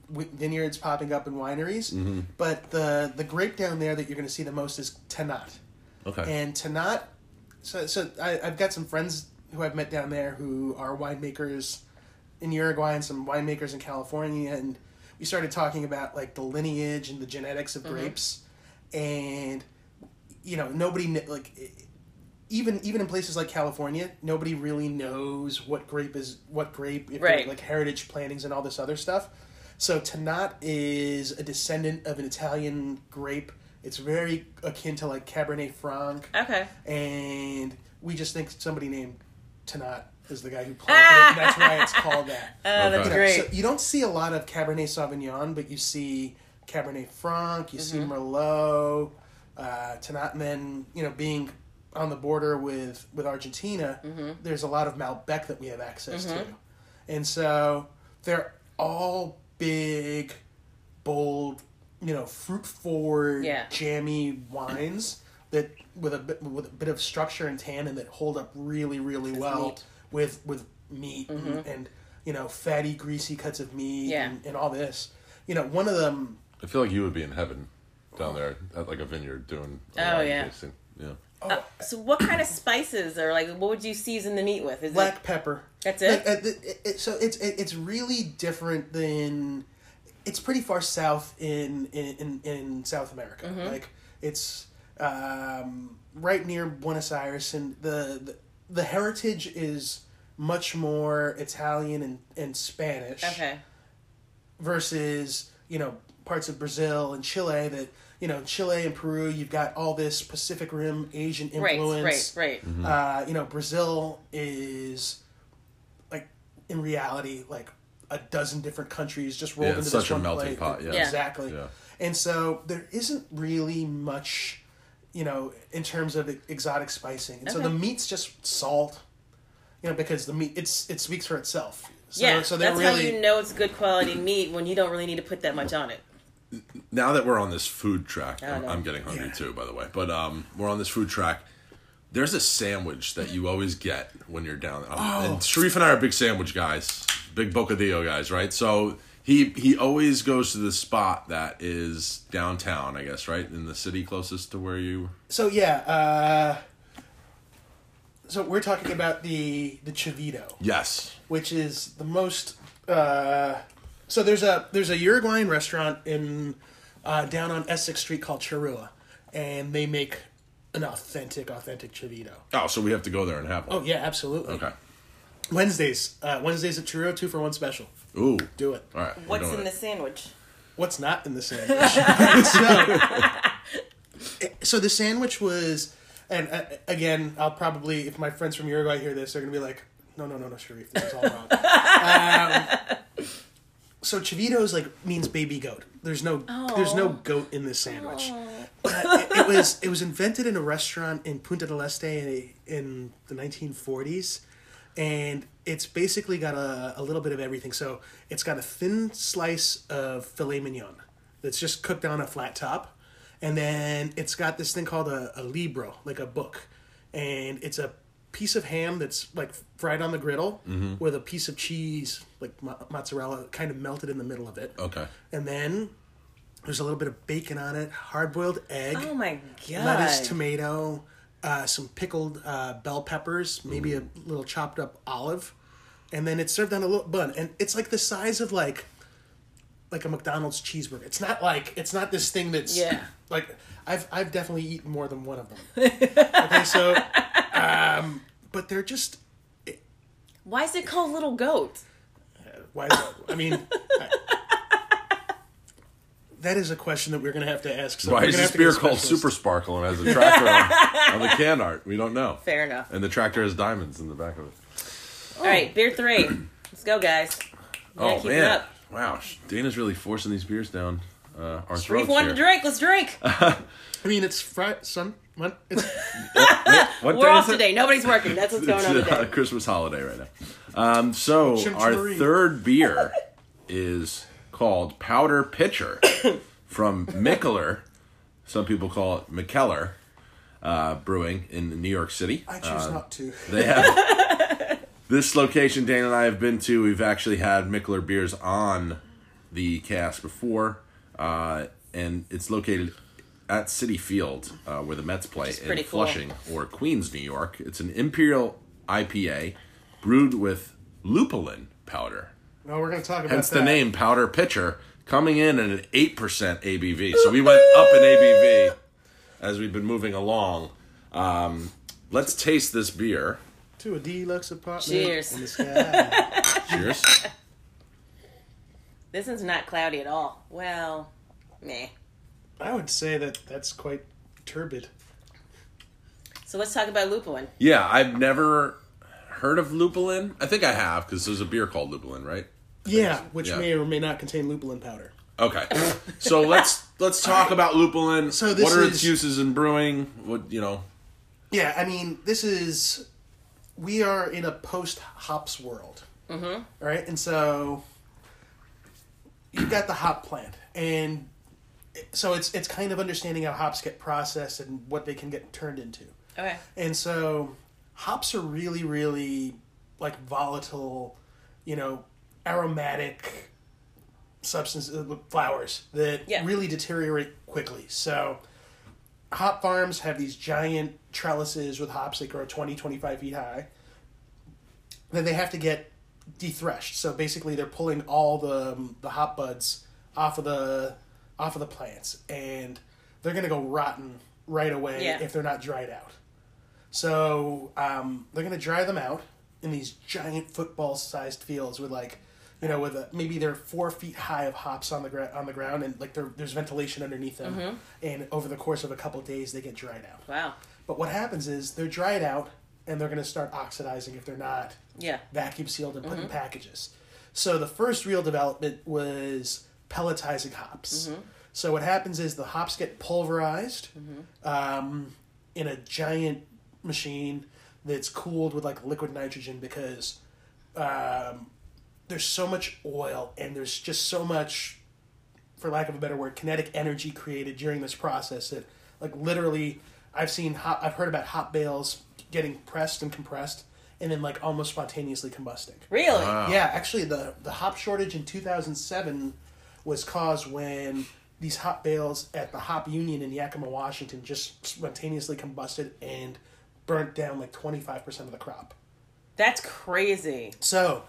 C: wi- vineyards popping up in wineries,
B: Mm-hmm.
C: but the the grape down there that you're going to see the most is Tanat,
B: Okay,
C: and Tanat. So so I, I've got some friends who I've met down there who are winemakers in Uruguay and some winemakers in California, and we started talking about like the lineage and the genetics of grapes, and you know nobody kn- like e, even even in places like California, nobody really knows what grape is what grape, if
A: Right.
C: like heritage plantings and all this other stuff. So Tanat is a descendant of an Italian grape. It's very akin to like Cabernet Franc,
A: Okay.
C: and we just think somebody named Tanat is the guy who planted it. and That's why it's called that.
A: Oh, that's
B: Okay.
C: You know,
A: great.
C: So you don't see a lot of Cabernet Sauvignon, but you see Cabernet Franc, you
A: Mm-hmm.
C: see Merlot, uh, Tanat, and then you know being on the border with with Argentina,
A: Mm-hmm.
C: there's a lot of Malbec that we have access to, and so they're all big, bold, you know, fruit forward,
A: Yeah.
C: jammy wines that with a bit with a bit of structure and tannin that hold up really really well
A: neat.
C: with with meat and, and you know fatty greasy cuts of meat
A: Mm-hmm. Yeah.
C: and, and all this you know one of them
B: I feel like you would be in heaven down there at like a vineyard doing. a
A: Oh,
B: wine
A: yeah.
B: tasting. yeah.
A: Uh, so what kind of spices or like what would you season the meat with? Is
C: black pepper
A: That's it?
C: Like, uh, th- it- it- so it's it, it's really different than it's pretty far south in in in, in south america
A: Mm-hmm.
C: like it's um, right near buenos aires and the, the the heritage is much more italian and, and spanish
A: it okay?
C: versus you know parts of Brazil and Chile that you know Chile and Peru you've got all this Pacific Rim Asian
A: Right,
C: influence.
A: right, right.
B: Mm-hmm.
C: Uh, you know Brazil is like in reality like a dozen different countries just rolled
B: Yeah,
C: into
B: it's
C: this
B: such a
C: one
B: melting
C: plate.
B: pot, yeah.
A: Yeah.
C: exactly.
B: Yeah.
C: And so there isn't really much you know in terms of e- exotic spicing. And so
A: Okay.
C: the meat's just salt. You know because the meat it's it speaks for itself. So,
A: yeah,
C: so they're
A: that's
C: really
A: how you know it's good quality meat when you don't really need to put that much on it.
B: now that we're on this food track, I'm,
A: no.
B: I'm getting hungry
C: Oh, Yeah.
B: too, by the way. But um, we're on this food track. There's a sandwich that you always get when you're down. Um,
C: Oh.
B: And Sharif and I are big sandwich guys, big bocadillo guys, right? So he he always goes to the spot that is downtown, I guess, right in the city closest to where you.
C: So yeah, uh, so we're talking about the the chivito,
B: Yes,
C: which is the most. Uh, so there's a there's a Uruguayan restaurant in uh, down on Essex Street called Chirua, and they make an authentic authentic chivito.
B: Oh, so we have to go there and have one.
C: Oh yeah, absolutely.
B: Okay.
C: Wednesdays, uh, Wednesdays at Chirua, two for one special.
B: Ooh.
C: Do it.
B: All right. we're
A: What's in
B: doing it.
A: the sandwich?
C: what's not in the sandwich. so, so the sandwich was, and uh, again, I'll probably if my friends from Uruguay hear this, they're gonna be like, no, no, no, no, Sharif, this is all wrong. um, so chivitos like means baby goat. There's no there's no goat in this sandwich. Uh, it, it was it was invented in a restaurant in Punta del Este in, in the 1940s, and it's basically got a, a little bit of everything. So it's got a thin slice of filet mignon. that's just cooked on a flat top, and then it's got this thing called a, a libro, like a book, and it's a piece of ham that's like fried on the griddle with a piece of cheese, like mo- mozzarella, kind of melted in the middle of it,
B: Okay.
C: and then there's a little bit of bacon on it, hard boiled egg
A: Oh my god.
C: lettuce, tomato, uh, some pickled uh, bell peppers, maybe a little chopped up olive, and then it's served on a little bun, and it's like the size of like like a McDonald's cheeseburger. It's not like it's not this thing that's
A: Yeah.
C: Like I've I've definitely eaten more than one of them. okay, so um, but they're just
A: Why is it called Little Goat?
C: why? I mean. I- that is a question that we're going to have to ask. So
B: Why
C: we're
B: is
C: gonna
B: this
C: have to get a
B: beer called
C: specialist.
B: Super Sparkle and has a tractor on, on the can art? We don't know.
A: Fair enough.
B: And the tractor has diamonds in the back of it.
C: Oh.
A: All right, beer three. Let's go, guys. We gotta
B: Oh
A: keep it
B: man!
A: up.
B: Wow, sh- Dana's really forcing these beers down uh, our
A: Reef
B: throats
A: one to
B: here.
A: drink. Let's drink.
C: I mean, it's Friday, son. What? It's
B: What
A: We're
B: day
A: off
B: is it?
A: today. Nobody's working. That's what's going on
B: It's a
A: today.
B: Christmas holiday right now. Um, so our
C: Chimchurri.
B: third beer is called Powder Pitcher from Mickler. Some people call it McKellar uh, Brewing in New York City.
C: I choose not to.
B: They have this location. Dan and I have been to. We've actually had Mickler beers on the cast before, uh, and it's located at City Field, uh, where the Mets play in
A: pretty cool.
B: Flushing or Queens, New York. It's an Imperial IPA brewed with lupulin powder,
C: No, we're going to talk about
B: hence
C: that.
B: the name Powder Pitcher. Coming in at an eight percent ABV, so we went up in ABV as we've been moving along. Um, let's taste this beer.
C: To a deluxe apartment.
A: Cheers.
C: in the sky.
B: Cheers.
A: This one's not cloudy at all. Well, meh.
C: I would say that that's quite turbid.
A: So let's talk about lupulin.
B: yeah, I've never heard of lupulin. I think I have because there's a beer called lupulin, right?
C: Yeah, which
B: Yeah.
C: may or may not contain lupulin powder.
B: Okay. so let's let's talk about lupulin.
C: So
B: what
C: this
B: are its
C: is-
B: uses in brewing? What you know?
C: Yeah, I mean, this is. We are in a post hops world. Mm-hmm. Right? And so. You've got the hop plant. And so it's, it's kind of understanding how hops get processed and what they can get turned into.
A: Okay.
C: And so hops are really, really like volatile, you know, aromatic substances, uh, flowers that
A: Yeah.
C: really deteriorate quickly. So hop farms have these giant trellises with hops that grow 20, 25 feet high that they have to get dethreshed. So basically they're pulling all the, um, the hop buds off of the, off of the plants and they're going to go rotten right away
A: Yeah.
C: if they're not dried out. So um, they're gonna dry them out in these giant football-sized fields with like, you know, with a, maybe they're four feet high of hops on the ground on the ground, and like there- there's ventilation underneath them. And over the course of a couple days, they get dried out.
A: Wow.
C: But what happens is they're dried out, and they're gonna start oxidizing if they're not
A: Yeah.
C: vacuum sealed and put in packages. So the first real development was pelletizing hops. So what happens is the hops get pulverized um, in a giant machine that's cooled with like liquid nitrogen because um, there's so much oil and there's just so much, for lack of a better word, kinetic energy created during this process that like literally I've seen hop, I've heard about hop bales getting pressed and compressed and then like almost spontaneously combusting.
A: Really?
C: Yeah, actually, the the hop shortage in two thousand seven was caused when these hop bales at the Hop Union in Yakima, Washington, just spontaneously combusted and burnt down like twenty five percent of the crop.
A: That's crazy.
C: So,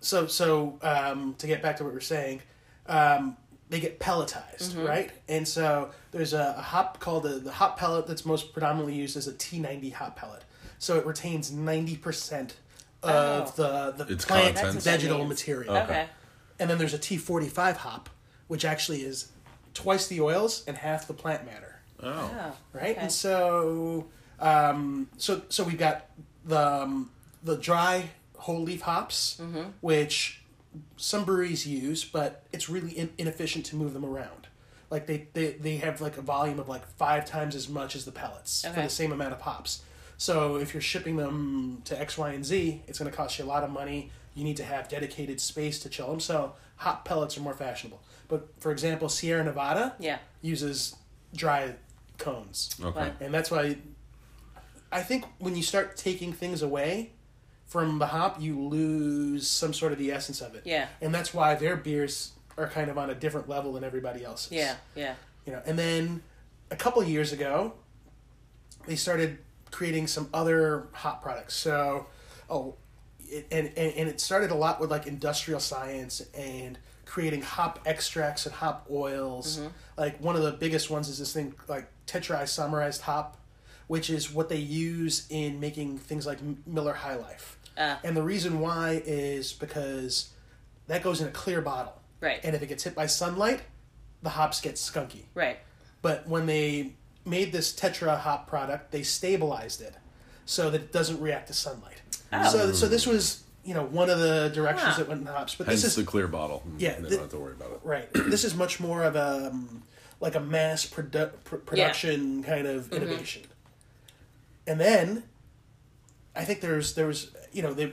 C: so so um, to get back to what we were saying, um, they get pelletized,
A: Mm-hmm.
C: right? And so there's a, a hop called the, the hop pellet that's most predominantly used as a T90 hop pellet. So it retains ninety percent
A: Oh.
C: of the the
B: Its
C: plant
B: contents. That's
A: what that
C: vegetal
A: means.
C: material.
A: Okay.
C: And then there's a T45 hop, which actually is twice the oils and half the plant matter,
B: Oh,
A: Oh.
C: right?
A: Okay.
C: And so, um, so so we've got the um, the dry whole leaf hops,
A: Mm-hmm.
C: which some breweries use, but it's really in- inefficient to move them around. Like they, they they have like a volume of like five times as much as the pellets for
A: Okay.
C: the same amount of hops. So if you're shipping them to X, Y, and Z, it's going to cost you a lot of money. You need to have dedicated space to chill them. So hot pellets are more fashionable. But for example, Sierra Nevada
A: Yeah.
C: uses dry cones.
B: Okay.
A: Right.
C: And that's why I think when you start taking things away from the hop, you lose some sort of the essence of it.
A: Yeah.
C: And that's why their beers are kind of on a different level than everybody else's.
A: Yeah. Yeah.
C: You know, and then a couple of years ago, they started creating some other hop products. So, oh, it, and, and and it started a lot with like industrial science and creating hop extracts and hop oils. Like one of the biggest ones is this thing like tetraisomerized hop, which is what they use in making things like M- Miller High Life.
A: Ah.
C: And the reason why is because that goes in a clear bottle.
A: Right.
C: And if it gets hit by sunlight, the hops get skunky.
A: Right.
C: But when they made this tetra hop product, they stabilized it so that it doesn't react to sunlight. So, so this was you know one of the directions
A: Huh.
C: that went in the hops. But
B: Hence
C: this
B: the
C: is
B: clear bottle.
C: Yeah,
B: They
C: thi-
B: don't have to worry about it.
C: right. This is much more of a um, like a mass produ- pr- production kind of innovation. And then, I think there's there was you know the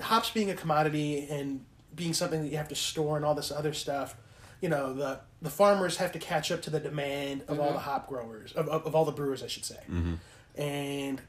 C: hops being a commodity and being something that you have to store and all this other stuff. You know the the farmers have to catch up to the demand of all the hop growers of, of, of all the brewers, I should say, and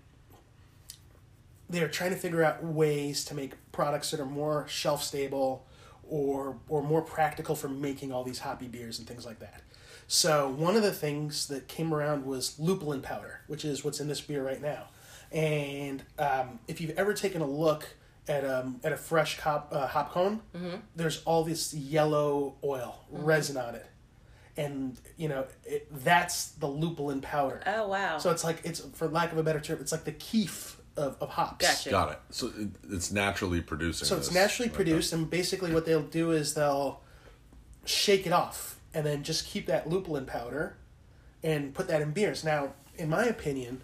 C: they're trying to figure out ways to make products that are more shelf stable or or more practical for making all these hoppy beers and things like that. So one of the things that came around was lupulin powder, which is what's in this beer right now. And um, if you've ever taken a look at um, at a fresh hop, uh, hop cone, there's all this yellow oil resin on it, and you know it, that's the lupulin powder.
A: Oh wow.
C: So it's like it's for lack of a better term, it's like the keef of, of hops.
A: Gotcha.
B: Got it. So it, it's naturally producing.
C: So it's
B: this.
C: naturally
B: Okay.
C: produced, and basically what they'll do is they'll shake it off and then just keep that lupulin powder and put that in beers. Now, in my opinion,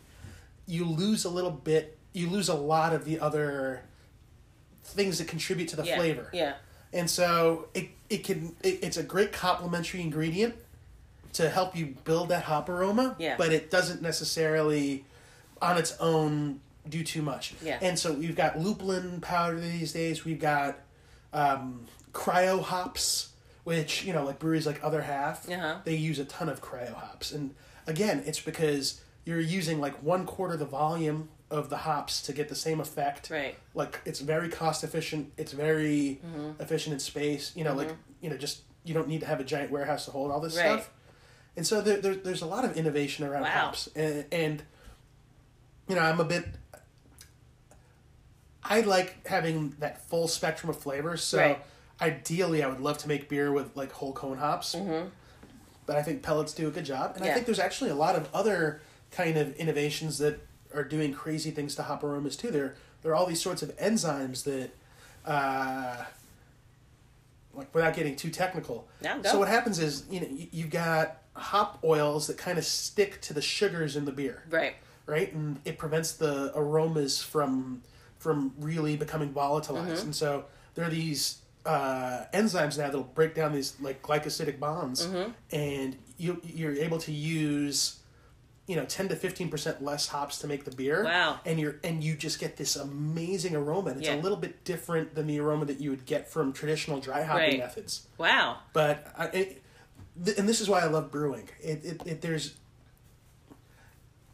C: you lose a little bit, you lose a lot of the other things that contribute to the
A: yeah.
C: flavor.
A: Yeah.
C: And so it it can it, it's a great complementary ingredient to help you build that hop aroma.
A: Yeah.
C: But it doesn't necessarily on its own do too much.
A: Yeah.
C: And so we've got lupulin powder these days. We've got um, cryo hops, which you know like breweries like Other Half
A: Uh-huh.
C: they use a ton of cryo hops. And again, it's because you're using like one quarter the volume of the hops to get the same effect
A: Right.
C: like it's very cost efficient it's very
A: Mm-hmm.
C: efficient in space you know like you know just you don't need to have a giant warehouse to hold all this
A: Right.
C: stuff and so there, there, there's a lot of innovation around
A: Wow.
C: hops and, and you know i'm a bit i like having that full spectrum of flavors so
A: Right.
C: ideally i would love to make beer with like whole cone hops but i think pellets do a good job and i
A: Yeah.
C: think there's actually a lot of other kind of innovations that are doing crazy things to hop aromas too there, there are all these sorts of enzymes that uh, like without getting too technical.
A: No, go.
C: so what happens is you know you- you've got hop oils that kind of stick to the sugars in the beer,
A: Right.
C: right? And it prevents the aromas from from really becoming volatilized.
A: Mm-hmm.
C: And so there are these uh, enzymes now that'll break down these like glycosidic bonds,
A: Mm-hmm.
C: and you you're able to use you know 10 to 15% less hops to make the beer
A: Wow.
C: and you're and you just get this amazing aroma and it's a
A: Yeah.
C: little bit different than the aroma that you would get from traditional dry hopping
A: Right.
C: methods
A: Wow.
C: but I, it, th- and this is why I love brewing. It, it, it there's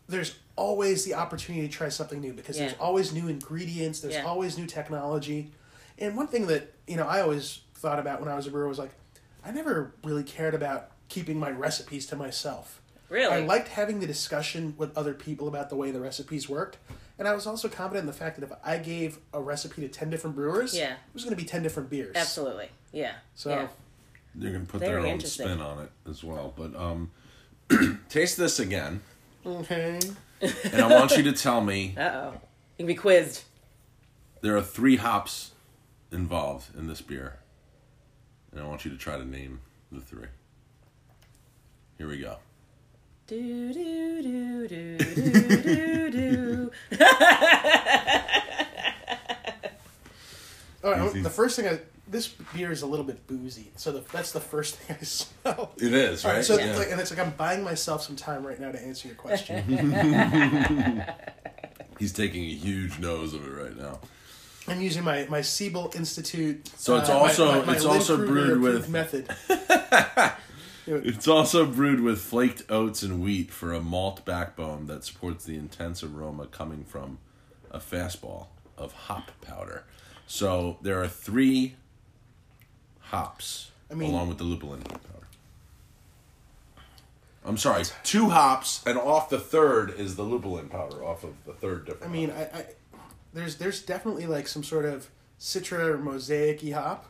C: there's always the opportunity to try something new because
A: Yeah.
C: there's always new ingredients, there's
A: Yeah.
C: always new technology. And one thing that, you know, I always thought about when I was a brewer was like I never really cared about keeping my recipes to myself.
A: Really?
C: I liked having the discussion with other people about the way the recipes worked. And I was also confident in the fact that if I gave a recipe to 10 different brewers,
A: Yeah.
C: it was going to be 10 different beers.
A: Absolutely. Yeah.
C: So-
A: Yeah.
B: They're gonna put
A: Very
B: their own
A: interesting.
B: spin on it as well. But um, taste this again,
C: Okay.
B: and I want you to tell me
A: Uh oh. You can be quizzed.
B: there are three hops involved in this beer, and I want you to try to name the three. Here we go.
A: Do do do do do do do.
C: All right,
B: Easy.
C: the first thing I this beer is a little bit boozy, so the, that's the first thing I smell.
B: It is
C: All
B: right.
C: right, so
B: Yeah.
C: it's like, and it's like I'm buying myself some time right now to answer your question.
B: He's taking a huge nose of it right now.
C: I'm using my my Siebel Institute. uh,
B: So it's
C: my-
B: also-
C: my- my
B: it's
C: Lynn
B: also
C: Kruger
B: brewed
C: approved
B: with-
C: method.
B: It's also brewed with flaked oats and wheat for a malt backbone that supports the intense aroma coming from a fastball of hop powder. So there are three hops
C: mean-
B: along with the lupulin powder. I'm sorry, two hops, and off the third is the lupulin powder off of the third
C: I
B: different.
C: mean, I, I there's there's definitely like some sort of Citra or mosaic hop.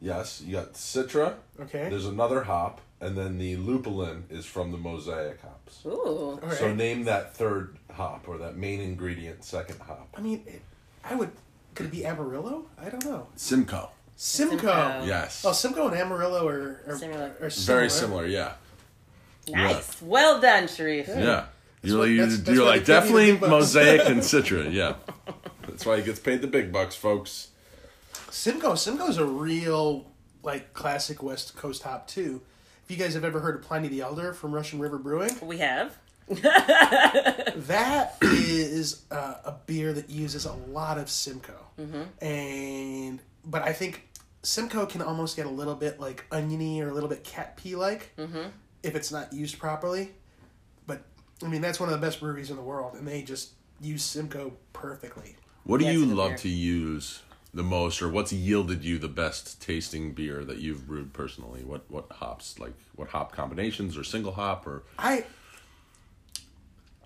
B: Yes, you got Citra.
C: Okay.
B: There's another hop, and then the lupulin is from the mosaic hops.
A: Ooh.
C: All right.
B: So name that third hop or that main ingredient second hop.
C: I mean, it, I would. Could it be Amarillo? I don't know.
B: Simcoe.
C: Simcoe.
A: Simcoe.
B: Yes.
C: Oh, Simcoe and Amarillo are, are,
A: Similar.
C: are
B: Very similar, yeah.
A: Nice. Well done, Sharif.
B: Yeah. You're,
C: what-
B: like-
C: that's- that's
B: you're
C: why
B: like
C: they give you the
B: definitely
C: big bucks.
B: mosaic and citra, yeah. That's why he gets paid the big bucks, folks.
C: Simcoe. Simcoe's a real like classic West Coast hop too. If you guys have ever heard of Pliny the Elder from Russian River Brewing,
A: We have.
C: that is uh, a beer that uses a lot of Simcoe, and but I think Simcoe can almost get a little bit like oniony or a little bit cat pea like if it's not used properly. But I mean, that's one of the best breweries in the world, and they just use Simcoe perfectly.
B: What do
A: Yeah,
B: you
A: it's in
B: love
A: there.
B: to use the most, or what's yielded you the best tasting beer that you've brewed personally? What what hops, like what hop combinations, or single hop, or
C: I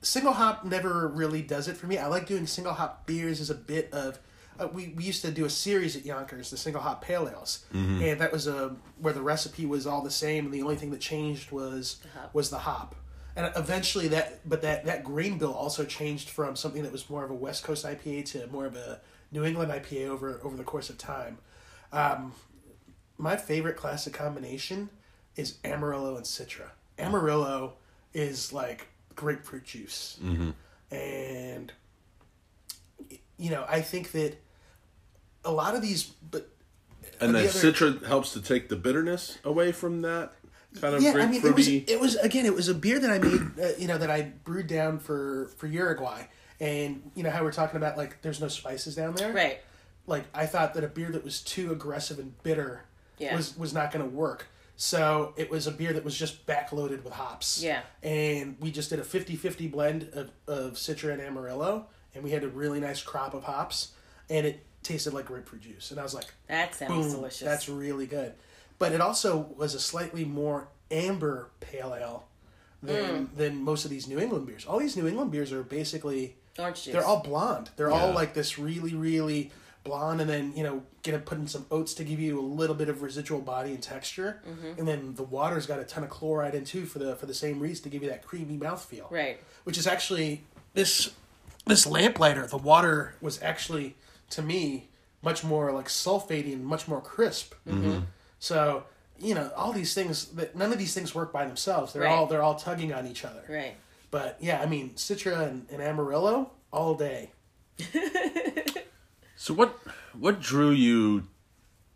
C: single hop never really does it for me. I like doing single hop beers as a bit of. Uh, we, we used to do a series at Yonkers, the single hop pale ales, and that was a where the recipe was all the same, and the only thing that changed was
A: hop.
C: was the hop. And eventually that, but that that grain bill also changed from something that was more of a West Coast IPA to more of a New England IPA over over the course of time. My favorite classic combination is Amarillo and Citra. Amarillo is like grapefruit juice. And, you know, I think that a lot of these, but
B: and
C: the
B: then
C: other-
B: citra helps to take the bitterness away from that kind of
C: yeah, I mean, it was,
B: grapefruity.
C: it was, again, it was a beer that I made, uh, you know, that I brewed down for, for Uruguay. And, you know, how we're talking about like there's no spices down there.
A: Right.
C: like I thought that a beer that was too aggressive and bitter
A: Yeah.
C: was was not going to work. So it was a beer that was just backloaded with hops.
A: Yeah.
C: And we just did a 50-50 blend of, of Citra and Amarillo, and we had a really nice crop of hops, and it tasted like grapefruit juice. And I was like,
A: That sounds
C: boom,
A: delicious.
C: that's really good. But it also was a slightly more amber pale ale than,
A: Mm.
C: than most of these New England beers. All these New England beers are basically
A: orange juice.
C: they're all blonde. They're all
B: Yeah.
C: like this really, really blonde, and then you know, gonna put in some oats to give you a little bit of residual body and texture,
A: Mm-hmm.
C: and then the water's got a ton of chloride in too for the for the same reason to give you that creamy mouthfeel.
A: Right.
C: Which is actually this this lamplighter. The water was actually to me much more like sulfatey and much more crisp. Mm-hmm. So you know all these things that none of these things work by themselves. They're
A: Right.
C: all they're all tugging on each other.
A: Right.
C: But yeah, I mean Citra and, and Amarillo all day.
B: So what what drew you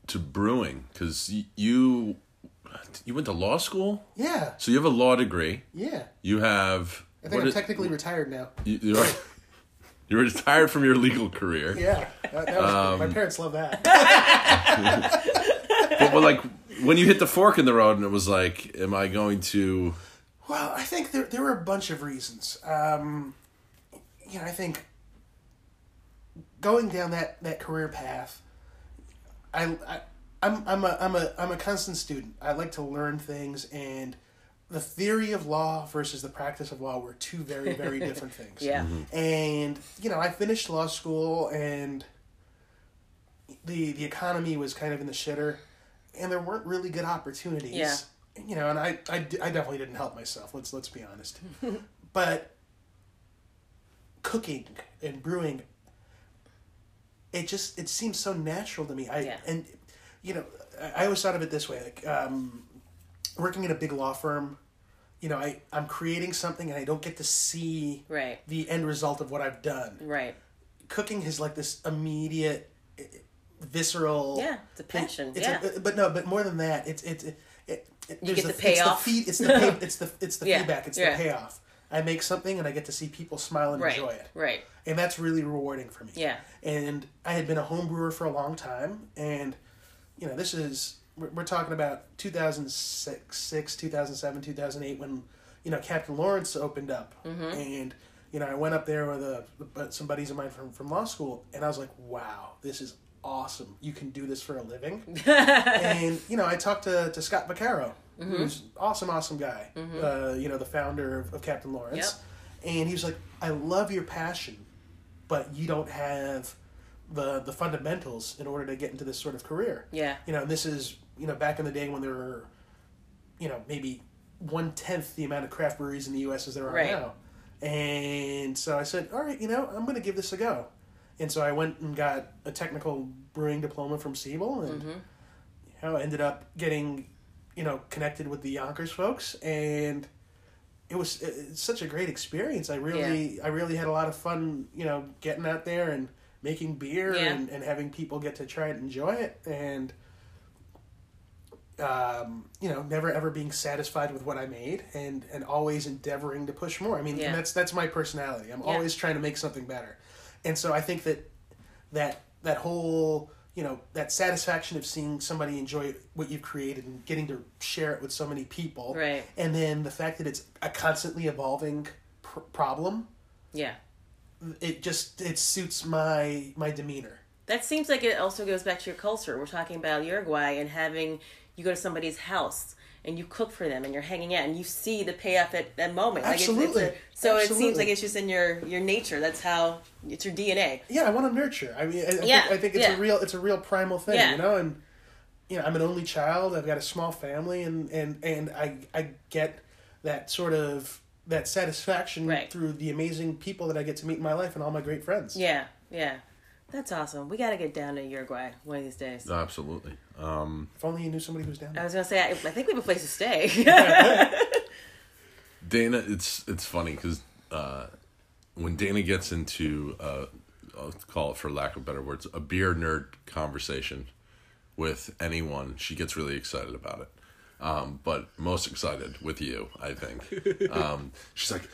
B: to brewing? Because you you went to law school,
C: Yeah,
B: so you have a law degree.
C: yeah.
B: You have
C: I
B: what
C: think I'm
B: is-
C: technically retired now.
B: you, you're, you're retired from your legal career.
C: Yeah, that, that was,
B: Um,
C: my parents love that.
B: But, but, like when you hit the fork in the road, and it was like, am I going to?
C: well, I think there there were a bunch of reasons. Um, you know, I think going down that, that career path, I, I I'm I'm a I'm a I'm a constant student. I like to learn things, and the theory of law versus the practice of law were two very very different things.
A: Yeah.
C: and you know i finished law school and the the economy was kind of in the shitter and there weren't really good opportunities
A: Yeah.
C: you know and I, I d- I definitely didn't help myself let's let's be honest but cooking and brewing it just it seems so natural to me i
A: Yeah.
C: and you know I- i always thought of it this way like um working in a big law firm you know i i'm creating something and i don't get to see
A: Right.
C: the end result of what I've done.
A: Right.
C: Cooking is like this immediate, eh, visceral.
A: Yeah, it's a passion,
C: it's a-
A: yeah.
C: but no, but more than that, it's it's it. it, it there's
A: get the
C: it's
A: payoff.
C: The feed, it's the pay, it's the it's the
A: Yeah,
C: feedback. It's
A: yeah.
C: the payoff. I make something and I get to see people smile and
A: Right.
C: enjoy it.
A: Right.
C: And that's really rewarding for me.
A: Yeah.
C: And I had been a home brewer for a long time. And, you know, this is, we're, we're talking about 2006, 2007, 2008, when, you know, Captain Lawrence opened up. And, you know, I went up there with a, but some buddies of mine from, from law school. And I was like, wow, this is awesome. You can do this for a living and you know, I talked to, to Scott Vaccaro, who's an awesome, awesome guy. Uh, you know, the founder of, of Captain Lawrence, and he was like, "I love your passion, but you don't have the the fundamentals in order to get into this sort of career."
A: Yeah.
C: you know, and this is you know back in the day when there were, you know, maybe one tenth the amount of craft breweries in the U.S. as there are
A: Right.
C: now, and so I said, "All right, you know, I'm going to give this a go." And so I went and got a technical brewing diploma from Siebel,
A: Mm-hmm.
C: and you know, ended up getting, you know, connected with the Yonkers folks, and it was it- it's such a great experience. I really, I really had a lot of fun, you know, getting out there and making beer
A: Yeah.
C: and, and having people get to try it and enjoy it, and um, you know, never ever being satisfied with what I made, and and always endeavoring to push more. I mean,
A: Yeah.
C: and that's that's my personality. I'm always trying to make something better, and so I think that that that whole you know that satisfaction of seeing somebody enjoy what you've created and getting to share it with so many people
A: Right.
C: and then the fact that it's a constantly evolving pr- problem
A: Yeah.
C: it just it suits my my demeanor
A: That seems like it also goes back to your culture. We're talking about Uruguay and having you go to somebody's house and you cook for them and you're hanging out and you see the payoff at that moment. Like
C: Absolutely.
A: it's, it's a, so it seems
C: Absolutely.
A: like it's just in your your nature. That's how it's your DNA.
C: yeah i want to nurture i mean i, I,
A: Yeah,
C: think, I think it's
A: yeah.
C: a real it's a real primal thing
A: Yeah.
C: you know and you know i'm an only child i've got a small family and and and i i get that sort of that satisfaction
A: Right.
C: through the amazing people that i get to meet in my life and all my great friends
A: Yeah, yeah. That's awesome. We got to get down to Uruguay one of these days.
B: Absolutely.
C: if only you knew somebody who's down there
A: I was gonna say I, I think we have a place to stay.
B: Dana, it's it's funny because uh, when Dana gets into, uh, I'll call it for lack of better words, a beer nerd conversation with anyone, she gets really excited about it. Um, but most excited with you, I think. Um, she's like,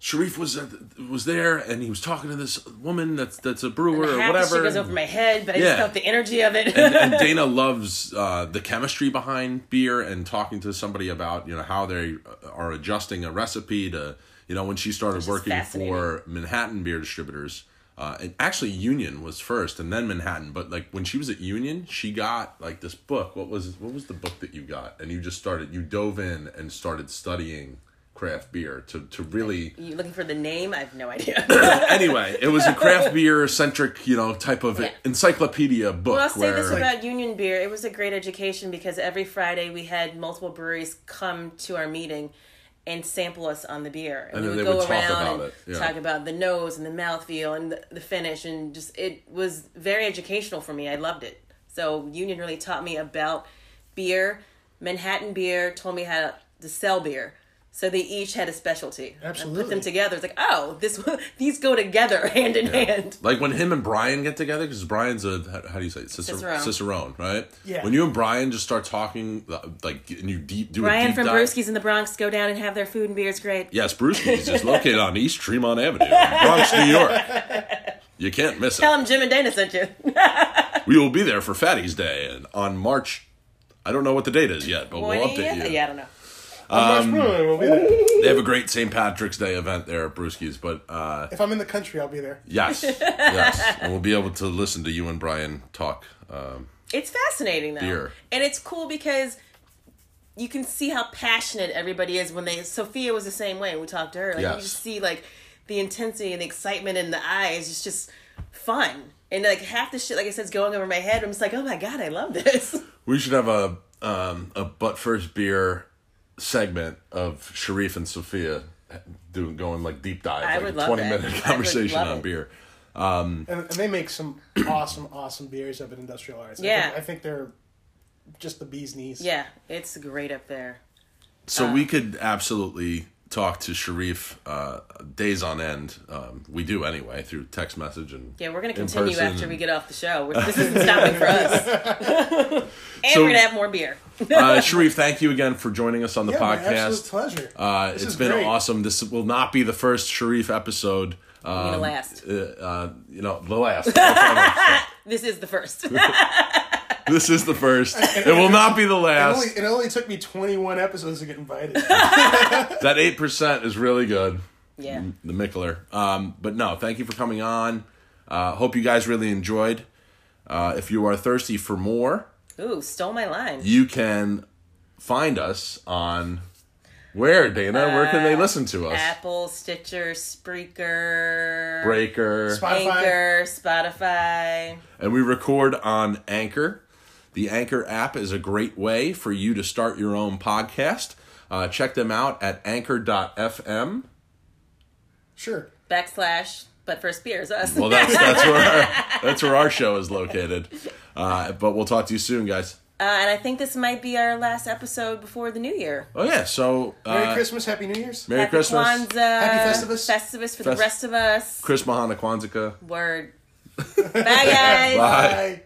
B: Sharif was at the, was there, and he was talking to this woman that's that's a brewer or
A: Half the
B: whatever.
A: shit goes over my head, but I
B: Yeah.
A: just felt the energy of it.
B: and Dana loves uh, the chemistry behind beer and talking to somebody about you know how they are adjusting a recipe to you know when she started working for Manhattan Beer Distributors. Uh, and actually, Union was first, and then Manhattan. But like when she was at Union, she got like this book. What was what was the book that you got? And you just started, you dove in and started studying craft beer to to really
A: you looking for the name? I have no idea.
B: anyway, it was a craft beer centric, you know, type of
A: Yeah.
B: encyclopedia book.
A: Well, I'll say
B: where,
A: this about Union Beer. It was a great education because every Friday we had multiple breweries come to our meeting and sample us on the beer. And,
B: then
A: we would
B: they
A: go
B: would talk
A: around
B: about
A: and
B: it, yeah.
A: talk about the nose and the mouthfeel and the, the finish. And just, it was very educational for me. I loved it. So, Union really taught me about beer. Manhattan Beer told me how to sell beer. So they each had a specialty. I put
C: Absolutely.
A: them together. It's like, oh, this these go together hand in hand.
B: Like when him and Brian get together, because Brian's a how, how do you say it? Cicer-
A: Cicerone.
B: Cicerone. right?
C: Yeah.
B: When you and Brian just start talking, like and you deep do a
A: Brian
B: deep
A: from
B: dive.
A: Brewski's in the Bronx go down and have their food and beer. It's great.
B: Yes, Brewski's is located on East Tremont Avenue, in Bronx, New York. You can't miss
A: Tell
B: it.
A: them Jim and Dana sent you.
B: We will be there for Fatty's Day and on March. I don't know what the date is yet, but we'll update you.
A: Yeah, I don't know.
B: Um,
C: I'm not sure we'll be there.
B: They have a great St. Patrick's Day event there at Brewski's, but uh,
C: if i'm in the country i'll be there
B: yes, yes, and we'll be able to listen to you and Brian talk. Um,
A: It's fascinating though,
B: Beer.
A: and it's cool because you can see how passionate everybody is when they. Sophia was the same way. We talked to her. Like you
B: Yes.
A: just see like the intensity and the excitement in the eyes. It's just fun. And like half the shit, like I said, is going over my head. I'm just like, oh my god, I love this.
B: We should have a um, a butt first beer segment of Sharif and Sophia doing going like deep dive,
A: I
B: like
A: would
B: a
A: love
B: twenty
A: that. I
B: minute
A: would
B: conversation
A: love
B: on
A: it.
B: beer.
C: and, and they make some awesome awesome beers up at industrial arts I,
A: Yeah.
C: think, I think they're just the bee's knees
A: yeah, it's great up there.
B: So we could absolutely talk to Sharif uh, days on end. Um, we do anyway through text message and
A: Yeah, we're going
B: in
A: to continue
B: person.
A: after we get off the show. We're, this isn't stopping for us. and
B: So-
A: we're going to have more beer.
B: uh, Sharif, thank you again for joining us on the
D: Yeah, my absolute
B: podcast.
D: pleasure.
B: Uh,
C: is
B: it's been
C: great.
B: awesome. This will not be the first Sharif episode. Um,
A: the last.
B: Uh, uh, you know, the last.
A: This is the first.
B: this is the first. It will not be the
D: it,
B: last.
D: only, it only took me 21 episodes to get invited.
B: That 8% is really good.
A: yeah.
B: the Mickler. Um, but no, thank you for coming on. Uh, hope you guys really enjoyed. Uh, if you are thirsty for more,
A: Ooh, stole my line.
B: you can find us on where Dana? Where can they listen to us?
A: Apple, Stitcher, Spreaker,
B: Breaker,
D: Spotify.
A: Anchor, Spotify.
B: and we record on Anchor. The Anchor app is a great way for you to start your own podcast. Uh, check them out at anchor.fm.
D: Sure.
A: backslash but first beer is us
B: Well, that's that's where our, that's where our show is located. Uh, but we'll talk to you soon, guys.
A: uh, and i think this might be our last episode before the new year
B: Oh yeah, so uh,
D: Merry Christmas, Happy New Year's.
B: Merry
A: Happy
B: Christmas.
A: Kwanzaa,
D: Happy Festivus.
A: festivus for the
B: Fest-
A: rest of us
B: Chris Mahana Kwanzaa.
A: word bye guys
B: Bye.
D: Bye.